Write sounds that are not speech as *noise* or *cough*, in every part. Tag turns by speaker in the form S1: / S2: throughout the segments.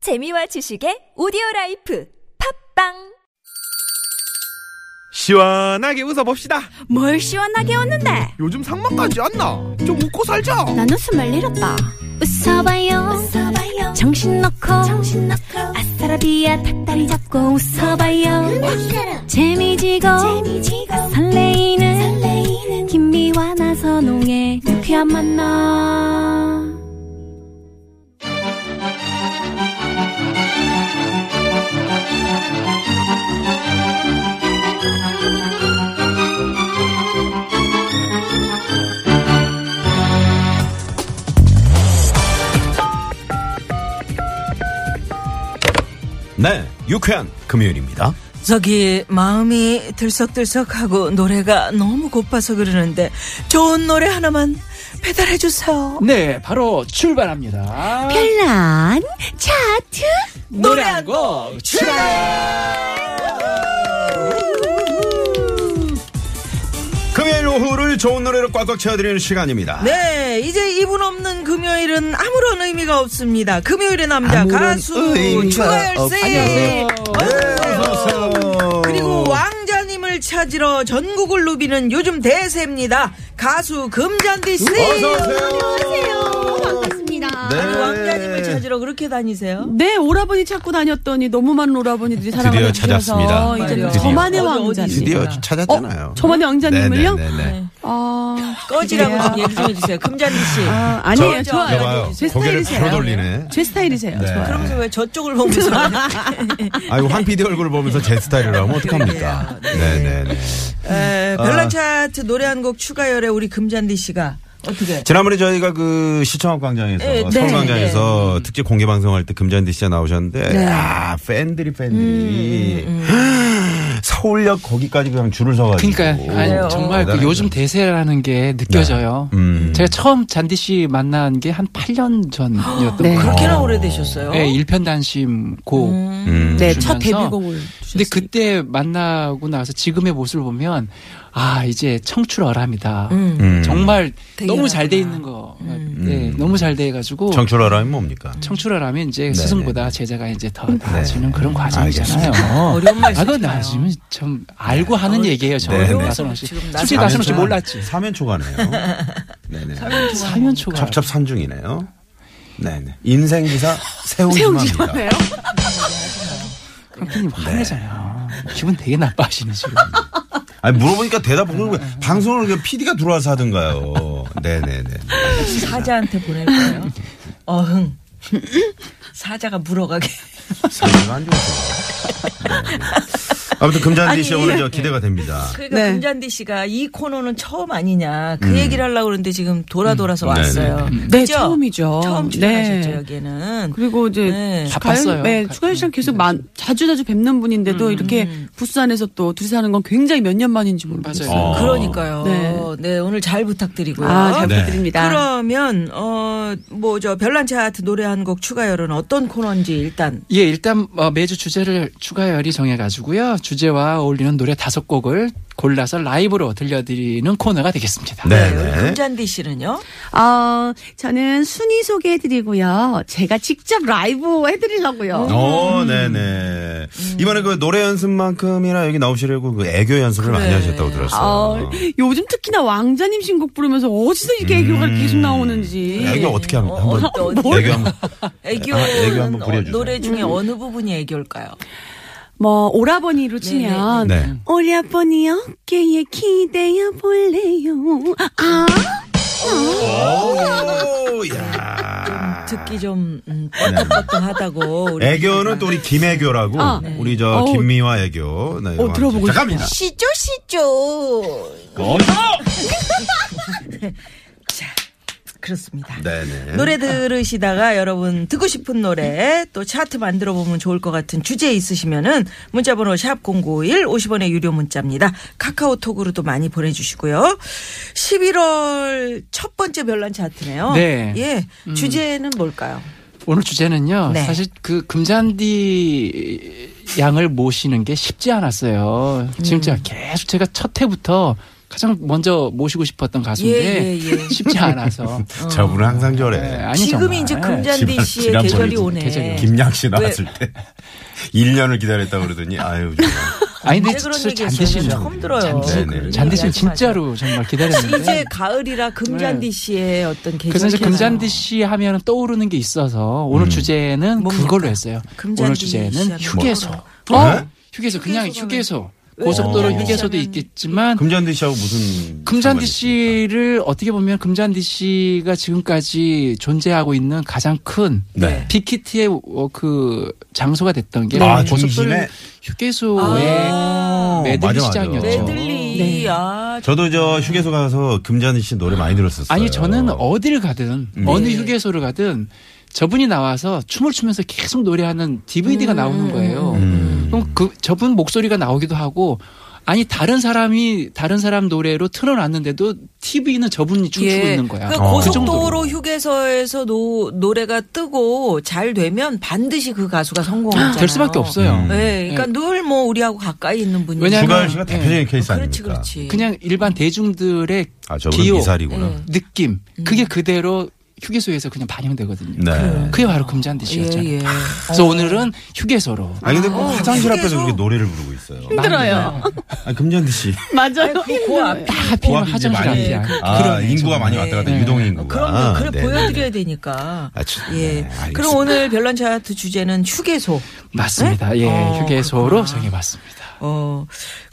S1: 재미와 지식의 오디오 라이프 팝빵
S2: 시원하게 웃어봅시다.
S3: 뭘 시원하게 웃는데
S2: 요즘 상만까지 안 나. 좀 웃고 살자.
S3: 난 웃음을 잃었다 웃어봐요, 정신 놓고 아싸라비아 닭다리 잡고 웃어봐요 재미지고, 설레이는, 김미와 나선홍의 유쾌한 만남
S4: 네, 유쾌한 금요일입니다.
S5: 저기 마음이 들썩들썩하고 노래가 너무 고파서 그러는데 좋은 노래 하나만 배달해 주세요.
S6: 네, 바로 출발합니다.
S3: 별난 차트
S6: 노래 한곡
S4: 금요일 오후를 좋은 노래로 꽉꽉 채워드리는 시간입니다.
S5: 네, 이제 이분 없는 금요일은 아무런 의미가 없습니다. 금요일의 남자
S2: 아무런
S5: 가수
S2: 의미가
S5: 주하열
S2: 없-
S5: 씨.
S6: 안녕하세요.
S4: 어서오세요.
S5: 그리고 왕자님을 찾으러 전국을 누비는 요즘 대세입니다. 가수 금잔디 씨.
S7: 네,
S4: 어서오세요.
S3: 반갑습니다
S4: 네.
S5: 아니, 왕자님을 찾으러 그렇게 다니세요?
S7: 네, 오라버니 찾고 다녔더니 너무 많은 오라버니들이 사랑을
S4: 드디어
S7: 해주셔서
S4: 찾았습니다.
S7: 이제
S5: 드디어.
S7: 저만의
S5: 어디,
S7: 왕자.
S5: 어디
S4: 드디어 찾았잖아요.
S7: 저만의 왕자님을요?
S4: 네네네네.
S7: 아,
S5: 꺼지라고 좀 얘기 좀 해주세요. 금잔디 씨.
S7: 아,
S5: 저,
S7: 아니에요. 저,
S5: 저,
S4: 여봐요.
S7: 제
S4: 고개를 바로
S7: 스타일이세요.
S4: 돌리네.
S7: 제 스타일이세요.
S4: 네.
S7: 저.
S5: 그러면서 왜 저쪽을
S2: *laughs*
S5: 보면서
S4: 아이고, 황 PD 얼굴 보면서 제 스타일이라면 어떡합니까? 네네네.
S5: 에, 별난 예, 차트 노래 한 곡 추가열에 우리 금잔디 씨가 어떻게?
S4: 지난번에 저희가 그 시청학 광장에서
S5: 네,
S4: 서울
S5: 네.
S4: 광장에서 특집 공개 방송할 때 금잔디 씨가 나오셨는데 아 팬들이 팬들이 *gasps* 서울역 거기까지 그냥 줄을 서가지고
S6: 그러니까 아니, 정말 그
S4: 대단하죠.
S6: 요즘 대세라는 게 느껴져요.
S4: 음.
S6: 제가 처음 잔디 씨 만난 게 한 8년 전이었던
S7: 네.
S6: 거예요.
S5: 그렇게나 오래 되셨어요?
S6: 네, 일편단심 고.
S4: 음.
S7: 네, 첫
S6: 주면서.
S7: 데뷔곡을.
S6: 근데 그때 만나고 나서 지금의 모습을 보면 아 이제 청출어람이다.
S4: 음.
S6: 정말 너무
S5: 대견하구나.
S6: 잘 돼 있는 거. 네, 너무 잘 돼 가지고
S4: 청출어라면 뭡니까?
S6: 청출어라면 이제
S4: 네,
S6: 스승보다 제자가 이제 더 나아지는 그런 과정이잖아요.
S4: 음, 알겠습니다.
S5: 어려운 말이죠.
S6: 아, 그건 나아지면 참 알고 하는 얘기예요. 저
S4: 네,
S6: 는
S4: 네.
S6: 나선홍 씨.
S5: 지금
S6: 솔직히 나선홍 씨 몰랐지.
S4: 사면초가네요. 네네.
S6: 사면초가.
S4: 첩첩 산중이네요. 네네. 인생 기사 세웅지마입니다.
S7: 세웅지마네요.
S4: 네.
S6: 감독님 화내잖아요. 기분 되게 나빠하시네 지금. *laughs*
S4: 아니 물어보니까 대답 보고 방송을 그냥 PD가 들어와서 하든가요. 네네네.
S5: 사자한테 보낼 거예요. 어흥. 사자가 물어가게.
S4: 상태가 안 좋아서. 네. 아무튼 금잔디 씨
S5: 아니,
S4: 오늘
S7: 예.
S4: 저 기대가 됩니다.
S5: 그러니까
S7: 네.
S5: 금잔디 씨가 이 코너는 처음 아니냐 그 얘기를 하려고 그러는데 지금 돌아 돌아서 왔어요.
S7: 네,
S5: 그죠?
S7: 처음이죠.
S5: 처음
S7: 네.
S5: 출연하셨죠 여기에는.
S7: 그리고 이제
S5: 네.
S7: 추가열-
S6: 바빴어요.
S7: 네, 추가열 씨랑 계속 만, 자주 자주 뵙는
S5: 음,
S7: 분인데도 이렇게 부스 안에서 또 둘이서 하는 건 굉장히 몇 년 만인지 모르겠어요.
S6: 맞아요.
S4: 어.
S5: 그러니까요. 네.
S7: 네.
S5: 오늘 잘 부탁드리고요.
S7: 아, 잘
S4: 네.
S7: 부탁드립니다.
S5: 그러면 어 뭐 저 별난 차트 노래 한 곡 추가열은 어떤 코너인지 일단
S6: 예, 일단 어, 매주 주제를 추가열이 정해가지고요. 주제와 어울리는 노래 다섯 곡을 골라서 라이브로 들려드리는 코너가 되겠습니다.
S5: 우리
S4: 네네.
S5: 금잔디 씨는요.
S7: 어, 저는 순위 소개해드리고요. 제가 직접 라이브 해드리려고요. 음.
S4: 어, 네네. 이번에 그 노래 연습만큼이나 여기 나오시려고 그 애교 연습을 많이
S5: 그래.
S4: 하셨다고
S7: 네. 아,
S4: 들었어요.
S7: 요즘 특히나 왕자님 신곡 부르면서 어디서 이렇게 애교가
S6: 음.
S7: 계속 나오는지.
S4: 음. 애교 어떻게 합니까? 한번
S5: 어, 뭘?
S4: 애교 한번
S5: 애교는
S4: 아, 애교 한번
S5: 어,
S4: 부려주세요.
S5: 노래 중에
S6: 음.
S5: 어느 부분이 애교일까요?
S7: 뭐 오라버니로 치면
S4: 네.
S7: 오라버니 어깨에 기대어 볼래요. 아,
S4: 오, 야.
S5: 듣기 좀 음, 뻣뻣하다고 우리
S4: 아. 네,
S5: 아,
S4: 애교는 또 우리 김애교라고
S7: 아,
S4: 우리 저
S7: 어우.
S4: 김미화 애교. 네,
S7: 어, 들어보고
S4: 잠깐만.
S1: 시조 시조
S5: 그렇습니다.
S4: 네네.
S5: 노래 들으시다가 여러분 듣고 싶은 노래 또 차트 만들어 보면 좋을 것 같은 주제 있으시면은 문자 번호 샵 0951 50원의 유료 문자입니다. 카카오톡으로도 많이 보내 주시고요. 11월 첫 번째 별난 차트네요.
S6: 네.
S5: 예. 주제는 뭘까요?
S6: 오늘 주제는요.
S5: 네.
S6: 사실 그
S5: 음.
S6: 금잔디 양을 모시는 게 쉽지 않았어요. 지금 제가 계속 제가 첫 해부터 가장 먼저 모시고 싶었던 가수인데
S5: 예, 예, 예.
S6: 쉽지 않아서
S4: 저분은 항상 저래.
S7: 어.
S6: 네, 아니,
S5: 지금이
S6: 정말.
S5: 이제 금잔디
S4: 네, 지난-
S5: 씨의
S4: 지난번에
S5: 계절이
S4: 저-
S5: 오네.
S6: 계절이
S4: 김양 씨 나왔을 때 *laughs* 1년을 기다렸다 그러더니 아유
S5: *laughs*
S4: 정말.
S6: 아니
S5: 왜
S6: 근데
S5: 그런
S6: 진짜
S5: 얘기
S6: 잔디 씨는
S5: 했어요? 처음 들어요.
S6: 잔디,
S4: 네네.
S6: 잔디 씨는 진짜로 정말 기다렸는데
S5: 이제 가을이라 금잔디 씨의 어떤 계절.
S6: 네. 그래서 이제 금잔디 씨 하면 떠오르는 게 있어서 오늘
S4: 음.
S6: 주제는
S5: 뭡니까?
S6: 그걸로 했어요.
S5: 금잔디
S6: 오늘
S5: 씨
S6: 주제는
S5: 하면
S6: 휴게소. 어?
S5: 뭐예요?
S4: 네?
S6: 휴게소 그냥
S5: 휴게소가
S6: 휴게소.
S5: 왜 어.
S6: 고속도로
S4: 금잔디
S6: 휴게소도
S5: 씨하면-
S6: 있겠지만
S4: 금잔디 씨하고 무슨 상관이
S6: 금잔디 씨를 어떻게 보면 금잔디 씨가 지금까지 존재하고 있는 가장 큰
S4: 있습니까? 네.
S6: 빅히트의 어, 그 장소가 됐던 게
S4: 아,
S6: 고속도로
S4: 중심에? 어,
S6: 휴게소의
S5: 어,
S4: 맞아,
S6: 매들리
S4: 맞아.
S6: 시장이었죠. 네.
S5: 메들리. 아,
S4: 저도 저 휴게소 가서 금잔디 씨 노래 많이 들었었어요.
S6: 아니 저는 어디를 가든
S4: 네.
S6: 어느 휴게소를 가든 저분이 나와서 춤을 추면서 계속 노래하는 DVD가 나오는 거예요.
S4: 음.
S6: 그럼 그 저분 목소리가 나오기도 하고 아니 다른 사람이 다른 사람 노래로 틀어놨는데도 TV는 저분이 춤추고 있는 거야.
S5: 그
S4: 어.
S5: 고속도로
S6: 정도로.
S5: 휴게소에서 노, 노래가 뜨고 잘 되면 반드시 그 가수가 성공하잖아요.
S6: 될 수밖에 없어요.
S4: 음.
S5: 네, 그러니까
S6: 네.
S5: 늘 뭐 우리하고 가까이 있는 분이.
S6: 왜냐하면-
S4: 주가열 씨가 대표적인 케이스
S5: 네. 그렇지,
S4: 아닙니까?
S5: 그렇지.
S6: 그냥 일반 대중들의
S4: 아 저분
S6: 기호,
S4: 미사리구나.
S5: 네.
S6: 느낌 그게 그대로 휴게소에서 그냥 반영되거든요.
S4: 네.
S6: 그게 바로 금잔디 씨였잖아요.
S5: 예, 예.
S6: 그래서 오늘은 휴게소로
S4: 아니 근데 꼭 화장실 앞에서
S5: 휴게소. 네.
S4: 그렇게 노래를 부르고 있어요.
S7: 힘들어요.
S4: 아, 금잔디
S5: *laughs*
S4: 씨.
S7: 맞아요.
S5: 그 앞에.
S6: 다 하필
S4: 고압이 이제
S6: 화장실
S4: 많이-
S6: 앞이야.
S4: 아, 인구가 많이 왔다 갔다
S6: 네.
S4: 유동 인구가.
S5: 어, 그럼
S4: 아,
S5: 그래
S4: 네, 네.
S5: 보여드려야 되니까.
S4: 아, 참,
S5: 예.
S4: 네, 알겠습니다.
S5: 그럼 오늘 별난 차트 주제는 휴게소.
S6: 맞습니다.
S5: 네?
S6: 예,
S5: 어,
S6: 휴게소로
S5: 그렇구나.
S6: 정해봤습니다.
S5: 어,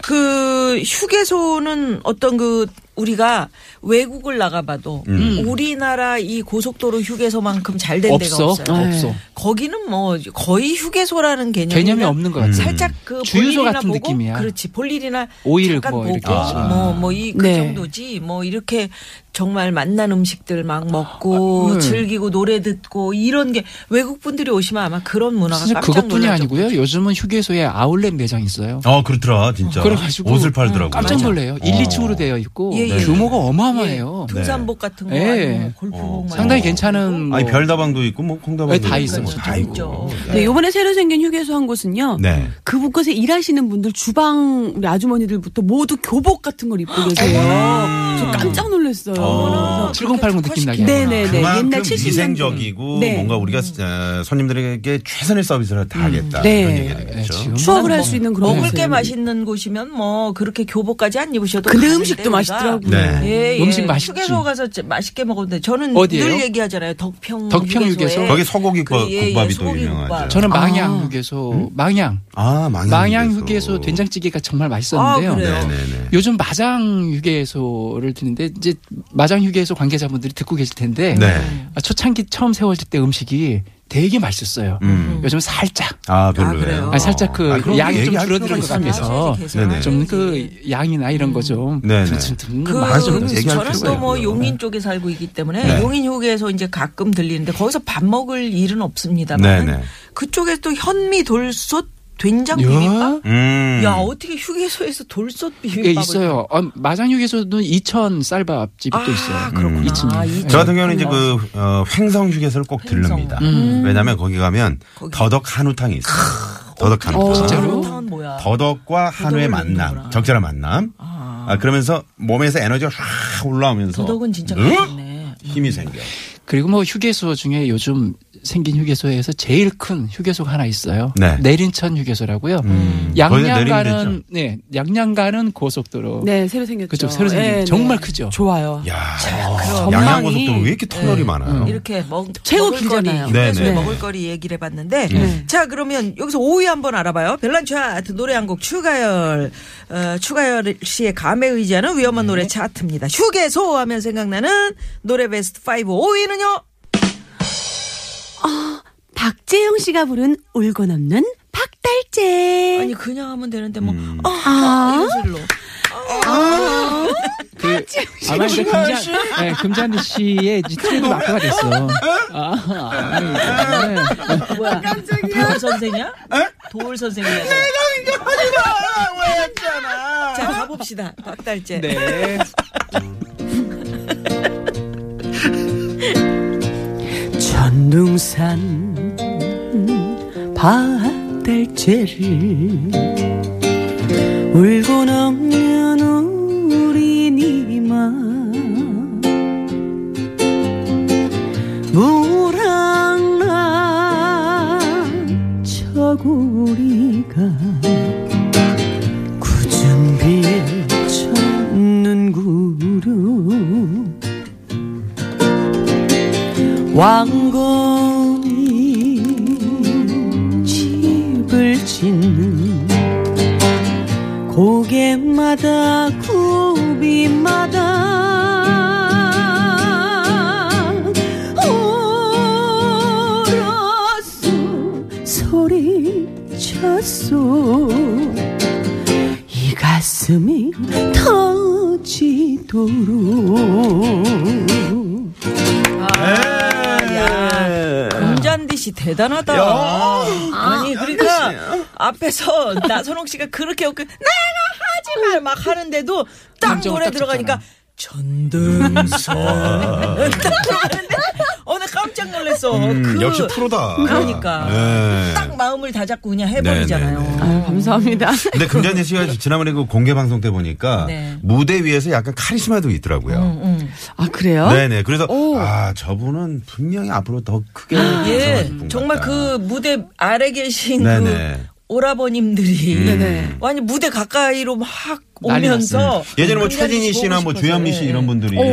S5: 그 휴게소는 어떤 그 우리가 외국을 나가봐도 우리나라 이 고속도로 휴게소만큼 잘 된 데가
S6: 없어,
S5: 네, 없어요.
S6: 없어.
S5: 거기는 뭐 거의 휴게소라는 개념이
S6: 개념이 없는 것 같아요.
S4: 음.
S5: 살짝 그
S6: 주유소
S5: 볼일이나
S6: 같은
S5: 보고,
S6: 느낌이야.
S5: 그렇지 볼일이나
S6: 오일
S5: 잠깐
S6: 뭐
S5: 보고
S6: 이렇게 하시는
S5: 뭐뭐 이 그
S7: 네.
S5: 정도지 뭐 이렇게 정말 맛난 음식들 막
S6: 아,
S5: 먹고
S6: 음.
S5: 즐기고 노래 듣고 이런 게 외국 분들이 오시면 아마 그런 문화가
S6: 사실
S5: 깜짝
S6: 그것뿐이
S5: 놀랄
S6: 아니고요. 요즘은 휴게소에 아울렛 매장 있어요.
S4: 어 그렇죠. 그렇더라 진짜.
S6: 그래가지고
S4: 옷을 팔더라고.
S6: 깜짝 놀래요. 1, 2층으로 되어 있고
S5: 예, 예.
S6: 규모가
S5: 정도로.
S6: 어마어마해요.
S5: 예, 등산복 같은 거
S6: 예.
S5: 아니면 골프복 막 이런
S6: 상당히
S5: 거.
S6: 괜찮은 뭐
S4: 아니 별다방도 있고 뭐 콩다방도
S6: 네, 다 있어요.
S4: 다 있고.
S5: 진짜.
S7: 네, 요번에 새로 생긴 휴게소 한 곳은요.
S4: 네.
S7: 그 곳에 일하시는 분들 주방 우리 아주머니들부터 모두 교복 같은 걸 입고 계세요.
S6: 음.
S7: 저 깜짝 놀랐어요.
S4: 어.
S7: 그래서
S6: 7080 느낌 나게.
S7: 네네. 네,
S4: 그만큼
S7: 옛날 70년대.
S4: 위생적이고
S7: 네.
S4: 뭔가 우리가
S5: 음.
S4: 어, 손님들에게 최선의 서비스를 다 하겠다
S7: 네.
S4: 이런 얘기가
S6: 네,
S4: 되겠죠.
S6: 지금
S7: 추억을 할 수 있는 그런
S5: 먹을
S7: 곳이에요.
S5: 게 맛있는 곳이면 뭐 그렇게 교복까지 안 입으셔도
S7: 근데
S5: 가는데
S7: 음식도
S5: 우리가
S7: 맛있더라고요.
S4: 네.
S5: 예, 예.
S6: 음식 맛있지.
S5: 휴게소 가서 제- 맛있게 먹었는데 저는
S6: 어디예요?
S5: 늘 얘기하잖아요. 덕평
S6: 덕평
S5: 휴게소에
S6: 휴게소.
S4: 거기 소고기
S5: 그, 예, 예,
S4: 국밥이 또
S5: 소고기
S4: 유명하죠.
S5: 국밥.
S6: 저는 망양 휴게소, 망양,
S4: 아 망양,
S6: 망양 휴게소 된장찌개가 정말 맛있었는데요.
S5: 아, 그래요?
S4: 네네네.
S6: 요즘 마장 휴게소를 듣는데 이제 마장 휴게소 관계자분들이 듣고 계실 텐데
S4: 네.
S6: 아, 초창기 처음 세워질 때 음식이 되게 맛있었어요.
S4: 음.
S6: 요즘 살짝
S4: 아
S5: 아, 그래요?
S4: 별로예요.
S6: 아니, 살짝 그
S4: 아, 그런
S6: 양이 좀
S4: 얘기할
S6: 줄어드는
S4: 필요가
S6: 것
S4: 있습니다.
S6: 같아서
S5: 계속
S4: 네네. 음.
S5: 하셔야지.
S6: 좀 그 양이나 이런 거 좀
S4: 네네.
S6: 튼튼튼
S5: 그
S4: 맞아요. 얘기할
S5: 저는
S4: 필요가
S5: 또 뭐
S4: 있고요.
S5: 용인 쪽에 살고 있기 때문에
S4: 네.
S5: 용인 휴게소 이제 가끔 들리는데 거기서 밥 먹을 일은
S4: 네,
S5: 없습니다만
S4: 네.
S5: 그쪽에 또 현미 돌솥 된장 비빔밥
S4: 음.
S5: 야 어떻게 휴게소에서 돌솥
S6: 예,
S5: 비빔밥을
S6: 있어요. 어, 마장 휴게소는 이천 쌀밥집이
S5: 아,
S6: 또 있어요.
S5: 그렇구나.
S6: 이층에.
S5: 아, 이층.
S4: 저 같은 경우는 이제 그 어, 횡성 휴게소를 꼭
S5: 횡성. 음.
S4: 들릅니다. 왜냐하면 거기 가면
S5: 거기.
S4: 더덕 한우탕이 있어요. 더덕 한우탕.
S6: 진짜로?
S5: 한우탕은 뭐야?
S4: 더덕과 한우의
S5: 더덕을
S4: 만남,
S5: 넣는구나.
S4: 적절한 만남. 아. 그러면서 몸에서 에너지가 확 올라오면서
S5: 더덕은 진짜
S4: 으!
S5: 맛있네.
S4: 힘이 생겨.
S6: 그리고 뭐 휴게소 중에 요즘 생긴 휴게소에서 제일 큰 휴게소가 하나 있어요.
S4: 네. 음.
S6: 내린천 휴게소라고요.
S4: 거기서
S6: 양양
S4: 내리면
S6: 가는 네, 양양 가는 고속도로.
S7: 네, 새로 생겼죠.
S6: 그쪽 새로 생긴
S7: 네, 네.
S6: 정말 크죠.
S7: 좋아요.
S4: 야, 어,
S7: 그럼
S4: 양양고속도로
S7: 전망이-
S4: 왜 이렇게 터널이 많아요?
S5: 네. 음, 이렇게 먹
S7: 최고
S5: 먹을거리,
S7: 길잖아요.
S5: 휴게소에
S4: 네네.
S5: 먹을거리 얘기를 해봤는데
S7: 네.
S5: 자 그러면 여기서 5위 한번 알아봐요. 별난 차트 노래 한 곡 추가열 어, 추가열 씨의 감에 의지하는 위험한 노래 차트입니다. 휴게소 하면 생각나는 노래 베스트 5 5위는요.
S3: 박재영 씨가 부른 울고 넘는 박달재.
S5: 아니 그냥 하면 되는데 뭐 어,
S3: 아,
S5: 이런 소리로
S6: 그 아마 이제 금잔 네, 금잔디 씨의 이제 트레이드 마크가 됐어. 아, 아, 네.
S5: 뭐야? 도울 아, 선생이야? 도울 선생이야. 내가 이거 하지 말라고 했잖아. 자 가봅시다. 박달재.
S6: 네.
S7: 전둥산 바달재를 울고 넘는 우리
S3: 너구리가 굳은 빛 찾는 구름 왕건이 집을 짓는 고개마다 굽이마다 울었소 소리쳤소 이 가슴이 터지도록
S2: 예.
S5: 금잔디 씨 대단하다. 아니 그러니까 앞에서 *laughs* 나선홍 씨가 그렇게 웃고 내가 하지 말막 하는데도 딱
S6: 감정을
S5: 노래
S6: 딱
S5: 들어가니까
S6: 잡잖아.
S4: 음.
S5: 전등사 *laughs* 딱 들어가는데 어나 깜짝 놀랐어.
S4: 음,
S5: 그
S4: 역시 프로다.
S5: 그러니까.
S4: 예.
S5: 딱 마음을 다 잡고 그냥 해버리잖아요.
S4: 네,
S7: 아유, 감사합니다.
S4: 근데 금잔디 씨가 지난번에 그 공개 방송 때 보니까
S5: 그 네.
S4: 무대 위에서 약간 카리스마도 있더라고요.
S5: 음,
S7: 아, 그래요?
S4: 네네. 그래서
S7: 오.
S4: 아 저분은 분명히 앞으로 더 크게
S5: 예,
S4: 성장할 분
S5: 정말
S4: 같다.
S5: 그 무대 아래 계신
S4: 네네. 음.
S5: 그 오라버님들이
S7: 네네.
S5: 완전 무대 가까이로 막
S6: 난리
S5: 오면서
S4: 예전에 뭐
S5: 굉장히
S4: 최진희
S5: 보고
S4: 씨나 뭐
S5: 싶어서.
S4: 조현미 씨
S5: 예.
S4: 이런 분들이
S5: 오.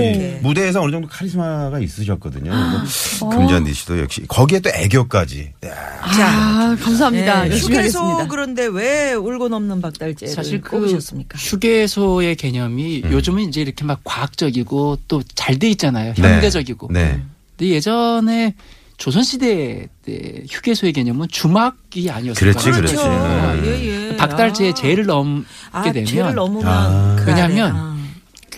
S4: 무대에서 어느 정도 카리스마가 있으셨거든요. 그래서 금잔디 씨도 역시 거기에 또 애교까지. 야,
S7: 아, 감사합니다.
S5: 네.
S7: 열심히
S5: 휴게소
S7: 하겠습니다.
S5: 그런데 왜 울고 넘는 박달재를
S6: 사실 그
S5: 네. 꼽으셨습니까?
S6: 휴게소의 개념이
S4: 음.
S6: 요즘은 이제 이렇게 막 과학적이고 또 잘 돼 있잖아요.
S4: 네.
S6: 현대적이고.
S4: 네.
S6: 근데 예전에 조선시대 때 휴게소의 개념은 주막이 아니었어요.
S4: 그렇지, 그렇지.
S5: 그렇죠.
S4: 음.
S5: 예, 예.
S6: 아, 박달재의 재를 넘게
S5: 아, 아, 죄를
S6: 되면
S5: 넘으면
S4: 아.
S5: 그 아래.
S6: 왜냐면
S5: 아.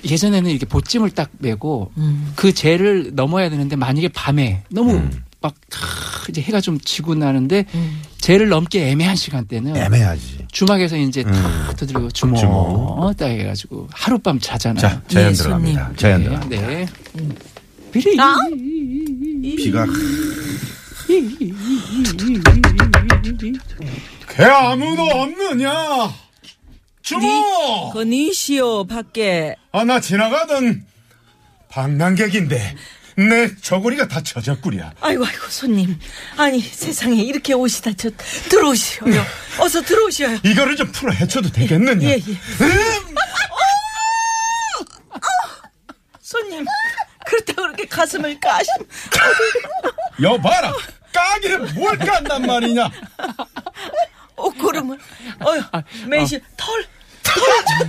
S6: 예전에는 이렇게 보찜을 딱 메고
S5: 음.
S6: 그 재를 넘어야 되는데 만약에 밤에 너무
S4: 음.
S6: 막 캬, 이제 해가 좀 지고 나는데
S5: 음.
S6: 재를 넘기 애매한 시간대는
S4: 애매하지.
S6: 주막에서 이제
S4: 음.
S6: 탁 두드리고 주먹,
S4: 주먹.
S6: 딱 해가지고 하룻밤 자잖아요.
S4: 자, 자연
S5: 예,
S4: 들어갑니다.
S5: 손님.
S4: 자연
S6: 네,
S4: 들어갑니다.
S6: 네. 비리.
S5: 아?
S4: 비가 개 아무도 없느냐
S5: 니, 거니시오 밖에
S8: 아 나 지나가던 방랑객인데 내 저고리가 다 젖었구려
S5: 아이고 아이고 손님 아니 세상에 이렇게 오시다 저 들어오시오요 어서 들어오시오요
S8: 이거를 좀 풀어 헤쳐도 음! 되겠느냐
S5: 예예 손님 그렇다고 그렇게 가슴을 까신
S8: 여봐라 까기는 뭘 깐단 말이냐
S5: 옷고름을 어휴
S6: 아,
S5: 매실 털 털,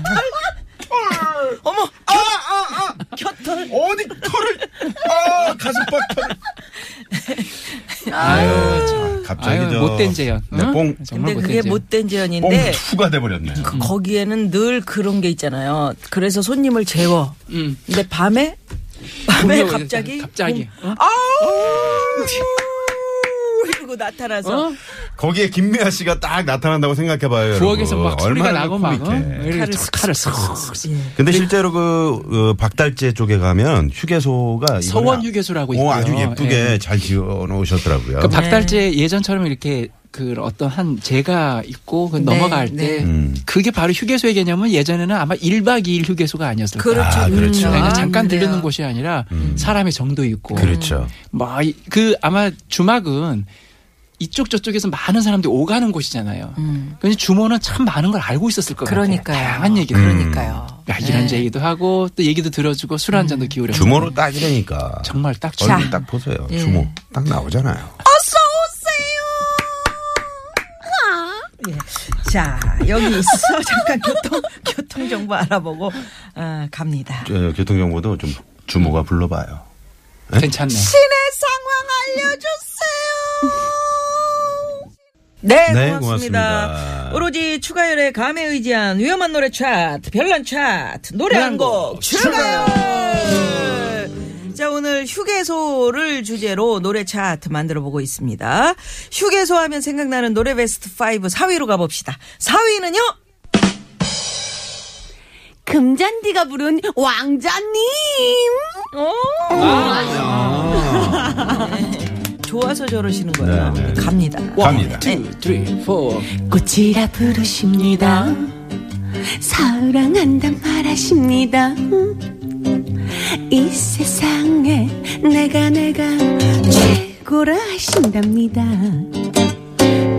S5: 털, 털. 어머,
S8: 아아아
S5: 곁털.
S8: 어디 털을 아 가슴팍 털을
S6: 아유, 참.
S4: 갑자기
S6: 아유,
S4: 저
S6: 못된 재현.
S4: 네,
S6: 응?
S4: 뽕
S5: 근데
S6: 정말 못된
S5: 그게
S6: 재현.
S5: 못된 재현인데,
S8: 뽕투가 돼버렸네
S5: 그 거기에는 늘 그런 게 있잖아요. 그래서 손님을 재워.
S6: 음.
S5: 근데 밤에, 밤에
S6: 공격을
S5: 갑자기. 음.
S6: 갑자기. 어?
S5: 공- 아우! 이러고 나타나서.
S6: 어?
S4: 거기에 김미아 씨가 딱 나타난다고 생각해봐요.
S6: 부엌에서
S4: 여러분.
S6: 막 소리가
S4: 얼마나
S6: 나고 막
S4: 코믹해.
S6: 어? 네. 이렇게
S5: 쓱,
S6: 칼을 쓱.
S5: 예.
S4: 근데 실제로 그 어, 박달재 쪽에 가면 휴게소가 이번에
S6: 서원 휴게소라고 있고요.
S4: 어, 아주 예쁘게 잘 지어 놓으셨더라고요.
S5: 네.
S6: 그 박달재 예전처럼 이렇게 그 어떤 한 재가 있고 그
S5: 네,
S6: 넘어갈
S5: 네.
S6: 때
S4: 음.
S6: 그게 바로 휴게소의 개념은 예전에는 아마 1박 2일 휴게소가 아니었을까.
S5: 그렇죠.
S4: 아, 그렇죠.
S5: 음,
S6: 그러니까 잠깐
S5: 그래요.
S6: 들르는 곳이 아니라 사람의 정도 있고
S4: 음. 그렇죠.
S6: 뭐그 아마 주막은 이쪽 저쪽에서 많은 사람들이 오가는 곳이잖아요. 근데 주모는 참 많은 걸 알고 있었을 것
S5: 음. 그러니까요.
S6: 같아요. 다양한 얘기를.
S4: 음.
S5: 그러니까요.
S6: 야, 이런
S5: 네. 음.
S6: 얘기도 하고 또 얘기도 들어주고 술 한 잔도 기울여.
S4: 주모로 딱이라니까.
S6: 정말 딱 좋아.
S4: 얼굴 딱 보세요. 주모 딱 나오잖아요.
S5: 자, 여기 있어. *laughs* 잠깐 교통, 교통정보 알아보고, 어, 갑니다.
S4: 저, 교통정보도 좀 주모가 불러봐요.
S6: 괜찮네.
S5: 네,
S4: 네,
S5: 고맙습니다.
S4: 고맙습니다.
S5: 오로지 추가열의 감에 의지한 위험한 노래 차트, 별난 차트, 노래 한 곡 추가열! 자, 오늘 휴게소를 주제로 노래 차트 만들어 보고 있습니다. 휴게소 하면 생각나는 노래 베스트 5 4위로 가봅시다. 4위는요?
S3: 금잔디가 부른 왕자님.
S5: 좋아서 저러시는 거예요.
S4: 네, 네.
S5: 갑니다. 네.
S4: 갑니다.
S5: 음.
S6: Three, four.
S3: 꽃이라 부르십니다. 사랑한단 말하십니다. 이 세상에 내가 내가 최고라 하신답니다.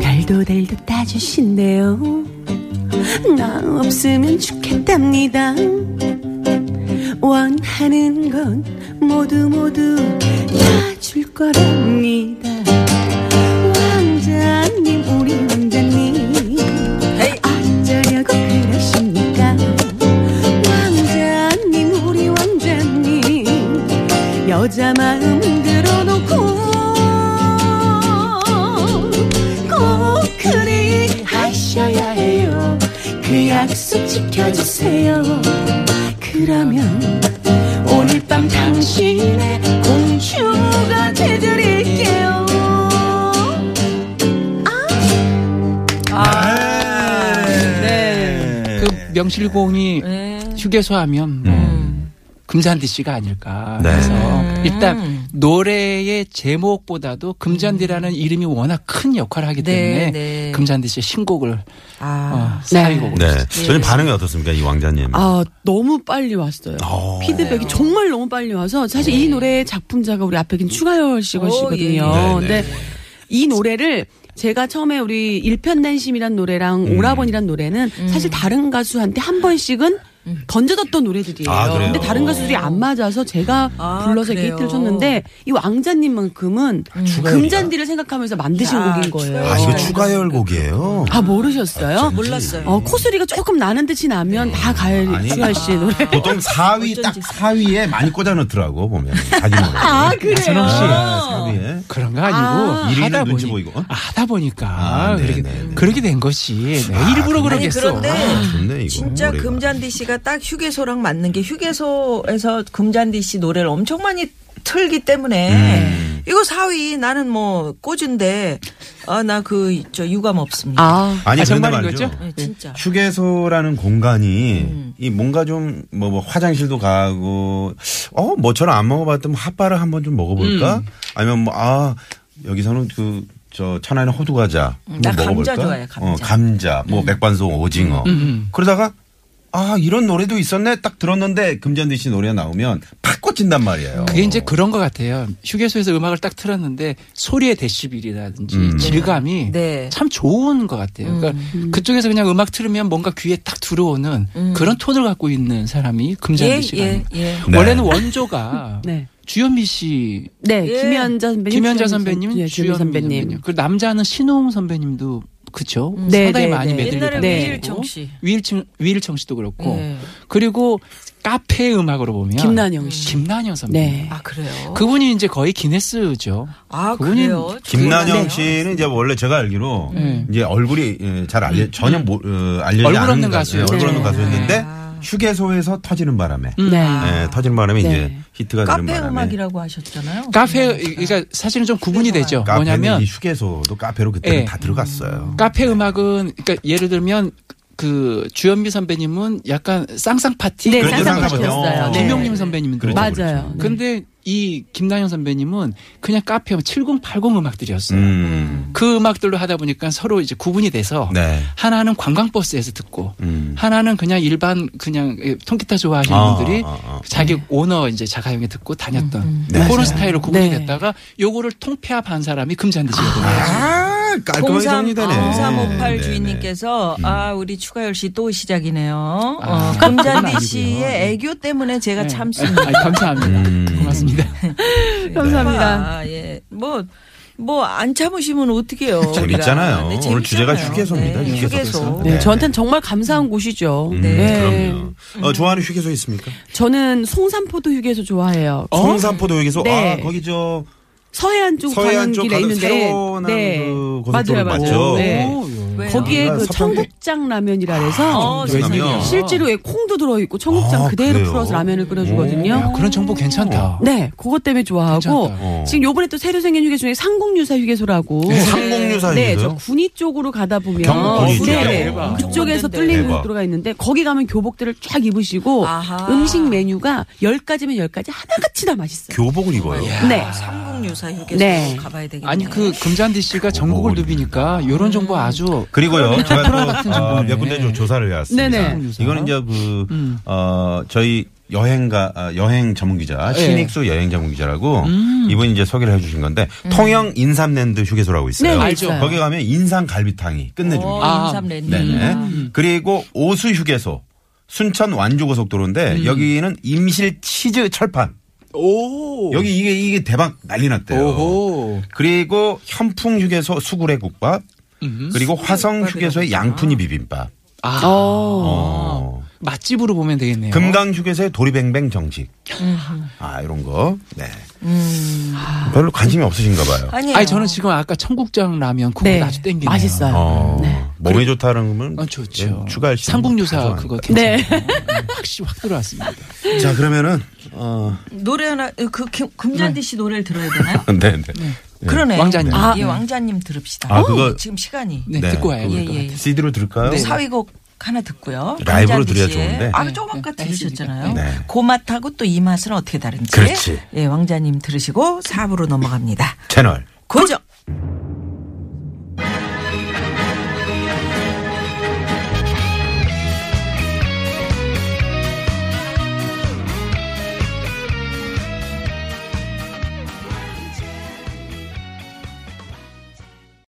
S3: 별도 도달도 따주신대요. 나 없으면 죽겠답니다. 원하는 건 모두 모두 다 줄 거랍니다. 왕자님, 우리 왕자님. 어쩌려고 그러십니까? 왕자님, 우리 왕자님. 여자 마음 들어놓고 꼭 그리 하셔야 해요 그 약속 지켜주세요 그러면 오늘 밤 당신의 공주가 돼드릴게요
S4: 네.
S6: 그 명실공히
S5: 네.
S6: 휴게소 하면 뭐 금잔디 씨가 아닐까.
S4: 음. 네.
S6: 그래서
S5: 음.
S6: 일단 노래의 제목보다도 금잔디라는 이름이 워낙 큰 역할을 하기
S5: 음. 네,
S6: 때문에
S5: 네.
S6: 금잔디 씨의 신곡을
S5: 아.
S6: 어, 사위곡으로
S4: 네. 저는 반응이 어떻습니까, 이 왕자님?
S7: 아 너무 빨리 왔어요.
S4: 어.
S5: 네.
S7: 피드백이 정말 너무 빨리 와서 사실 이 노래의 작품자가 우리 앞에 긴 추가열 씨
S5: 오,
S7: 것이거든요.
S4: 네. 예. 네네.
S7: 근데 이 노래를 제가 처음에 우리 일편단심이란 노래랑
S4: 음.
S7: 오라버니란 노래는
S5: 음.
S7: 사실 다른 가수한테 한 번씩은 던져뒀던 노래들이에요.
S4: 아, 그래요?
S7: 근데 다른 가수들이 안 맞아서 제가
S5: 아,
S7: 불러서 이렇게
S5: 그래요? 음.
S7: 히트를 쳤는데 이 왕자님만큼은 금잔디를 생각하면서 만드신
S5: 아,
S7: 곡인 거예요.
S4: 아, 이거 추가열 곡이에요?
S7: 네. 아, 모르셨어요?
S5: 몰랐어요.
S7: 어, 코소리가 조금 나는 듯이 나면 다 가열
S4: 아니. 어.
S7: 추가열 씨의 노래.
S4: 보통 4위, 딱 4위에 많이 꽂아놓더라고, 보면. 자기 노래. 아, 그래요?
S6: 나선홍 씨.
S4: 4위에.
S6: 그런 거 아니고
S4: 일위는
S6: 하다
S4: 눈치
S6: 보니
S4: 보이고.
S6: 하다 보니까
S4: 아, 네,
S6: 그렇게
S4: 네, 네.
S6: 그렇게 된 것이 네, 일부러
S5: 아니
S6: 그러겠어.
S5: 그런데
S4: 좋네, 이거.
S5: 진짜
S4: 노래가.
S5: 금잔디 씨가 딱 휴게소랑 맞는 게 휴게소에서 금잔디 씨 노래를 엄청 많이 틀기 때문에
S4: 음.
S5: 이거 4위 나는 뭐 꼬준데 아 나 그 저 유감 없습니다.
S7: 아.
S4: 아니, 그런데
S6: 아, 정말인
S4: 말이죠.
S6: 거죠?
S5: 네, 진짜.
S4: 휴게소라는 공간이 이 뭔가 좀 뭐 화장실도 가고 어 뭐처럼 안 먹어봤던 핫바를 한번 좀 먹어볼까 아니면 뭐 아 여기서는 그 저 천안의 호두 과자
S5: 나
S4: 한번
S5: 감자
S4: 먹어볼까
S5: 좋아해, 감자.
S4: 어, 감자 뭐 맥반석 오징어
S6: 음,
S4: 그러다가 아 이런 노래도 있었네 딱 들었는데 금잔디 씨 노래가 나오면 팍 꽂힌단 말이에요
S6: 그게 이제 그런 것 같아요. 휴게소에서 음악을 딱 틀었는데 소리의 데시벨이라든지
S4: 음.
S6: 질감이
S5: 네. 음.
S6: 참 좋은 것 같아요. 그러니까 그쪽에서 그냥 음악 틀으면 뭔가 귀에 딱 들어오는 그런 톤을 갖고 있는 사람이
S5: 음. 예,
S6: 금잔디 씨가
S5: 예,
S6: 아닌가.
S5: 예.
S4: 네.
S5: *laughs*
S6: 원래는 원조가
S7: 네.
S6: 주현미 씨,
S7: 네,
S5: 예.
S7: 김현자 선배님.
S6: 김현자
S7: 주현미 선-
S6: 선배님,
S7: 예, 주현미 선배님.
S6: 그 남자는 신호웅 선배님도 그쵸?
S7: 네,
S6: 상당히
S7: 네,
S6: 많이
S7: 네.
S6: 매들리고
S5: 옛날에
S7: 네.
S5: 위일청 씨.
S6: 위일청, 위일청 씨도 그렇고
S5: 네.
S6: 그리고 카페 음악으로 보면
S7: 김난영 씨.
S6: 김난영 선배님.
S7: 네.
S5: 아 그래요.
S6: 그분이 이제 거의 기네스죠.
S5: 아
S6: 그분이
S5: 그래요.
S4: 김난영
S5: 그러네요.
S4: 씨는 이제 원래 제가 알기로
S6: 네.
S4: 이제 얼굴이 예, 잘 알려 전혀 모, 어, 알려지
S6: 얼굴
S4: 않은
S6: 없는
S4: 가수-
S6: 가수예요.
S4: 예, 얼굴 없는
S5: 네.
S4: 가수였는데
S5: 아.
S4: 휴게소에서 터지는 바람에
S7: 네.
S4: 예, 터지는 바람에
S7: 네.
S4: 이제 히트가 되는
S5: 음. 카페
S4: 바람에
S5: 음악이라고 하셨잖아요. 네.
S6: 카페 그러니까 사실은 좀 구분이 되죠.
S4: 카페는
S6: 뭐냐면
S4: 이 휴게소도 카페로 그때는
S6: 예.
S4: 다 들어갔어요.
S6: 카페 음악은 그러니까 예를 들면 그 주현미 선배님은 약간 쌍쌍 파티
S7: 네,
S4: 그렇죠,
S7: 상상
S4: 상상
S7: 못했어요.
S4: 못해요.
S7: 네.
S6: 김용림 선배님은
S4: 그렇죠,
S6: 그렇고.
S7: 맞아요. 네.
S6: 근데 이 김나영 선배님은 그냥 카페 7080 음악들이었어요.
S4: 음.
S6: 그 음악들로 하다 보니까 서로 이제 구분이 돼서
S4: 네.
S6: 하나는 관광버스에서 듣고
S4: 음.
S6: 하나는 그냥 일반 그냥 예, 통기타 좋아하시는
S4: 아,
S6: 분들이
S4: 아, 아.
S6: 자기 오너 이제 자가용에 듣고 다녔던
S4: 네.
S6: 그런
S4: 맞아요.
S6: 스타일로 구분이
S7: 네.
S6: 됐다가 요거를 통폐합한 사람이 금잔디씨거든요.
S4: 아, 깔끔하게 정리되네.
S5: 0358
S4: 네,
S5: 주인님께서 아 우리 추가열 씨 또 시작이네요.
S6: 아,
S5: 어, 금잔디
S6: 아니고요.
S4: 네.
S5: 씨의 애교 때문에 제가 참습니다.
S6: 아, 감사합니다.
S4: 음.
S6: 고맙습니다.
S7: 감사합니다.
S5: 아, 예. 뭐, 뭐, 안 참으시면 어떡해요. 우리가.
S4: 재밌잖아요.
S5: 네,
S4: 오늘
S5: 재밌잖아요.
S4: 주제가 휴게소입니다.
S5: 네,
S4: 휴게소.
S5: 휴게소.
S7: 네,
S4: 네.
S7: 저한테는 정말 감사한 곳이죠. 네.
S4: 음,
S5: 네.
S4: 그럼요.
S5: 음.
S4: 어, 좋아하는 휴게소 있습니까?
S7: 저는 송산포도 휴게소 좋아해요.
S6: 어?
S4: 성산포도 휴게소.
S7: 네.
S4: 아, 거기 저
S7: 서해안 쪽
S4: 서해안
S7: 가는
S4: 쪽
S7: 길에
S4: 가는
S7: 있는데 네.
S4: 새로운 그 고속도로
S7: 맞아요,
S4: 맞죠?
S7: 맞아요. 네.
S6: 오, 예.
S5: 왜요?
S7: 거기에
S4: 아,
S7: 그
S4: 서평대-
S7: 청국장 라면이라 해서 네.
S5: 어,
S4: 왜냐면
S5: 세상에.
S7: 실제로 왜 콩도 들어 있고 청국장
S4: 아,
S7: 그대로
S4: 그래요?
S7: 풀어서 라면을
S6: 야,
S7: 끓여주거든요.
S6: 그런 정보 괜찮다.
S7: 네, 그것 때문에 좋아하고
S6: 괜찮다.
S4: 어.
S7: 지금 요번에 또 새로 생긴 휴게소 중에 상공유사 휴게소라고
S4: 상공유사
S7: 네,
S4: 휴게소요?
S7: 저 군이 쪽으로 가다 보면
S4: 경북 군이
S7: 네,
S4: 쪽이요?
S7: 네.
S4: 대박.
S7: 그쪽에서
S5: 대박.
S7: 뚫린
S4: 대박.
S7: 곳으로 가 있는데 거기 가면 교복들을 쫙 입으시고
S5: 아하.
S7: 음식 메뉴가 10가지면 10가지 하나같이 다 맛있어요.
S4: 교복을 아. 입어요.
S7: 네.
S5: 아, 삼국유사 휴게소
S7: 네.
S5: 가봐야 되겠네.
S6: 아니 그 금잔디 씨가 전국을 누비니까 요런 정보 아주
S4: 그리고요, 제가
S6: 프로 같은
S4: 또, 어,
S6: 정보네. 음.
S4: 몇 군데 좀 조사를 해왔습니다.
S7: 네네.
S4: 이거는 이제 그, 어, 저희 여행가 아, 여행 전문 기자
S6: 예.
S4: 신익수 여행 전문 기자라고
S6: 음.
S4: 이분이 이제 소개를 해주신 건데 통영 인삼랜드 휴게소라고 있어요.
S7: 네, 알죠.
S4: 거기 가면 인삼 갈비탕이 끝내줍니다.
S6: 아,
S5: 어, 인삼랜드.
S4: 네. 네네.
S6: 음.
S4: 그리고 오수 휴게소 순천 완주 고속도로인데 여기는 임실 치즈 철판.
S6: 음. 오.
S4: 여기 이게 이게 대박 난리 났대요.
S6: 오호.
S4: 그리고 현풍 휴게소 수구레 국밥. 그리고 화성 휴게소의 양푼이 비빔밥.
S6: 아.
S4: 어.
S6: 맛집으로 보면 되겠네요. 음.
S4: 금강 휴게소의 도리뱅뱅 정식. 아, 이런 거. 네.
S6: 아.
S4: 별로 관심이 없으신가 봐요.
S5: 음. 아니에요.
S6: 아니 저는 지금 아까 청국장 라면 그거
S7: 네.
S6: 아주 네. 땡기네요.
S7: 맛있어요.
S4: 어. 몸에 좋다는 거면
S6: 어, 좋죠.
S4: 네, 음, 추가할 수 있는
S6: 삼국유사
S4: 다소한 거.
S6: 그거 괜찮아요.
S7: 네.
S6: 음, 확실히 확 들어왔습니다.
S4: 자, 그러면은 어,
S5: 노래 하나 그 김- 금잔디 씨 노래를 들어야 되나요?
S4: 네, 네.
S5: 그러네.
S6: 왕자님.
S5: 아, 예, 왕자님 들읍시다. 어,
S4: 아, 그거-
S5: 지금 시간이
S6: 네, 듣고 와요.
S5: 예,
S6: 그거.
S5: 예.
S4: CD로 들을까요?
S5: 사위곡 하나 듣고요.
S4: 라이브로
S5: 금잔디
S4: 들어야
S5: 씨의-
S4: 좋은데.
S5: 아, 조금 아까 들으셨잖아요.
S4: 네.
S5: 그 맛하고 또 이 맛은 어떻게 다른지.
S4: 그렇지.
S5: 예, 왕자님 들으시고 4부로 넘어갑니다.
S4: 채널
S5: 고정.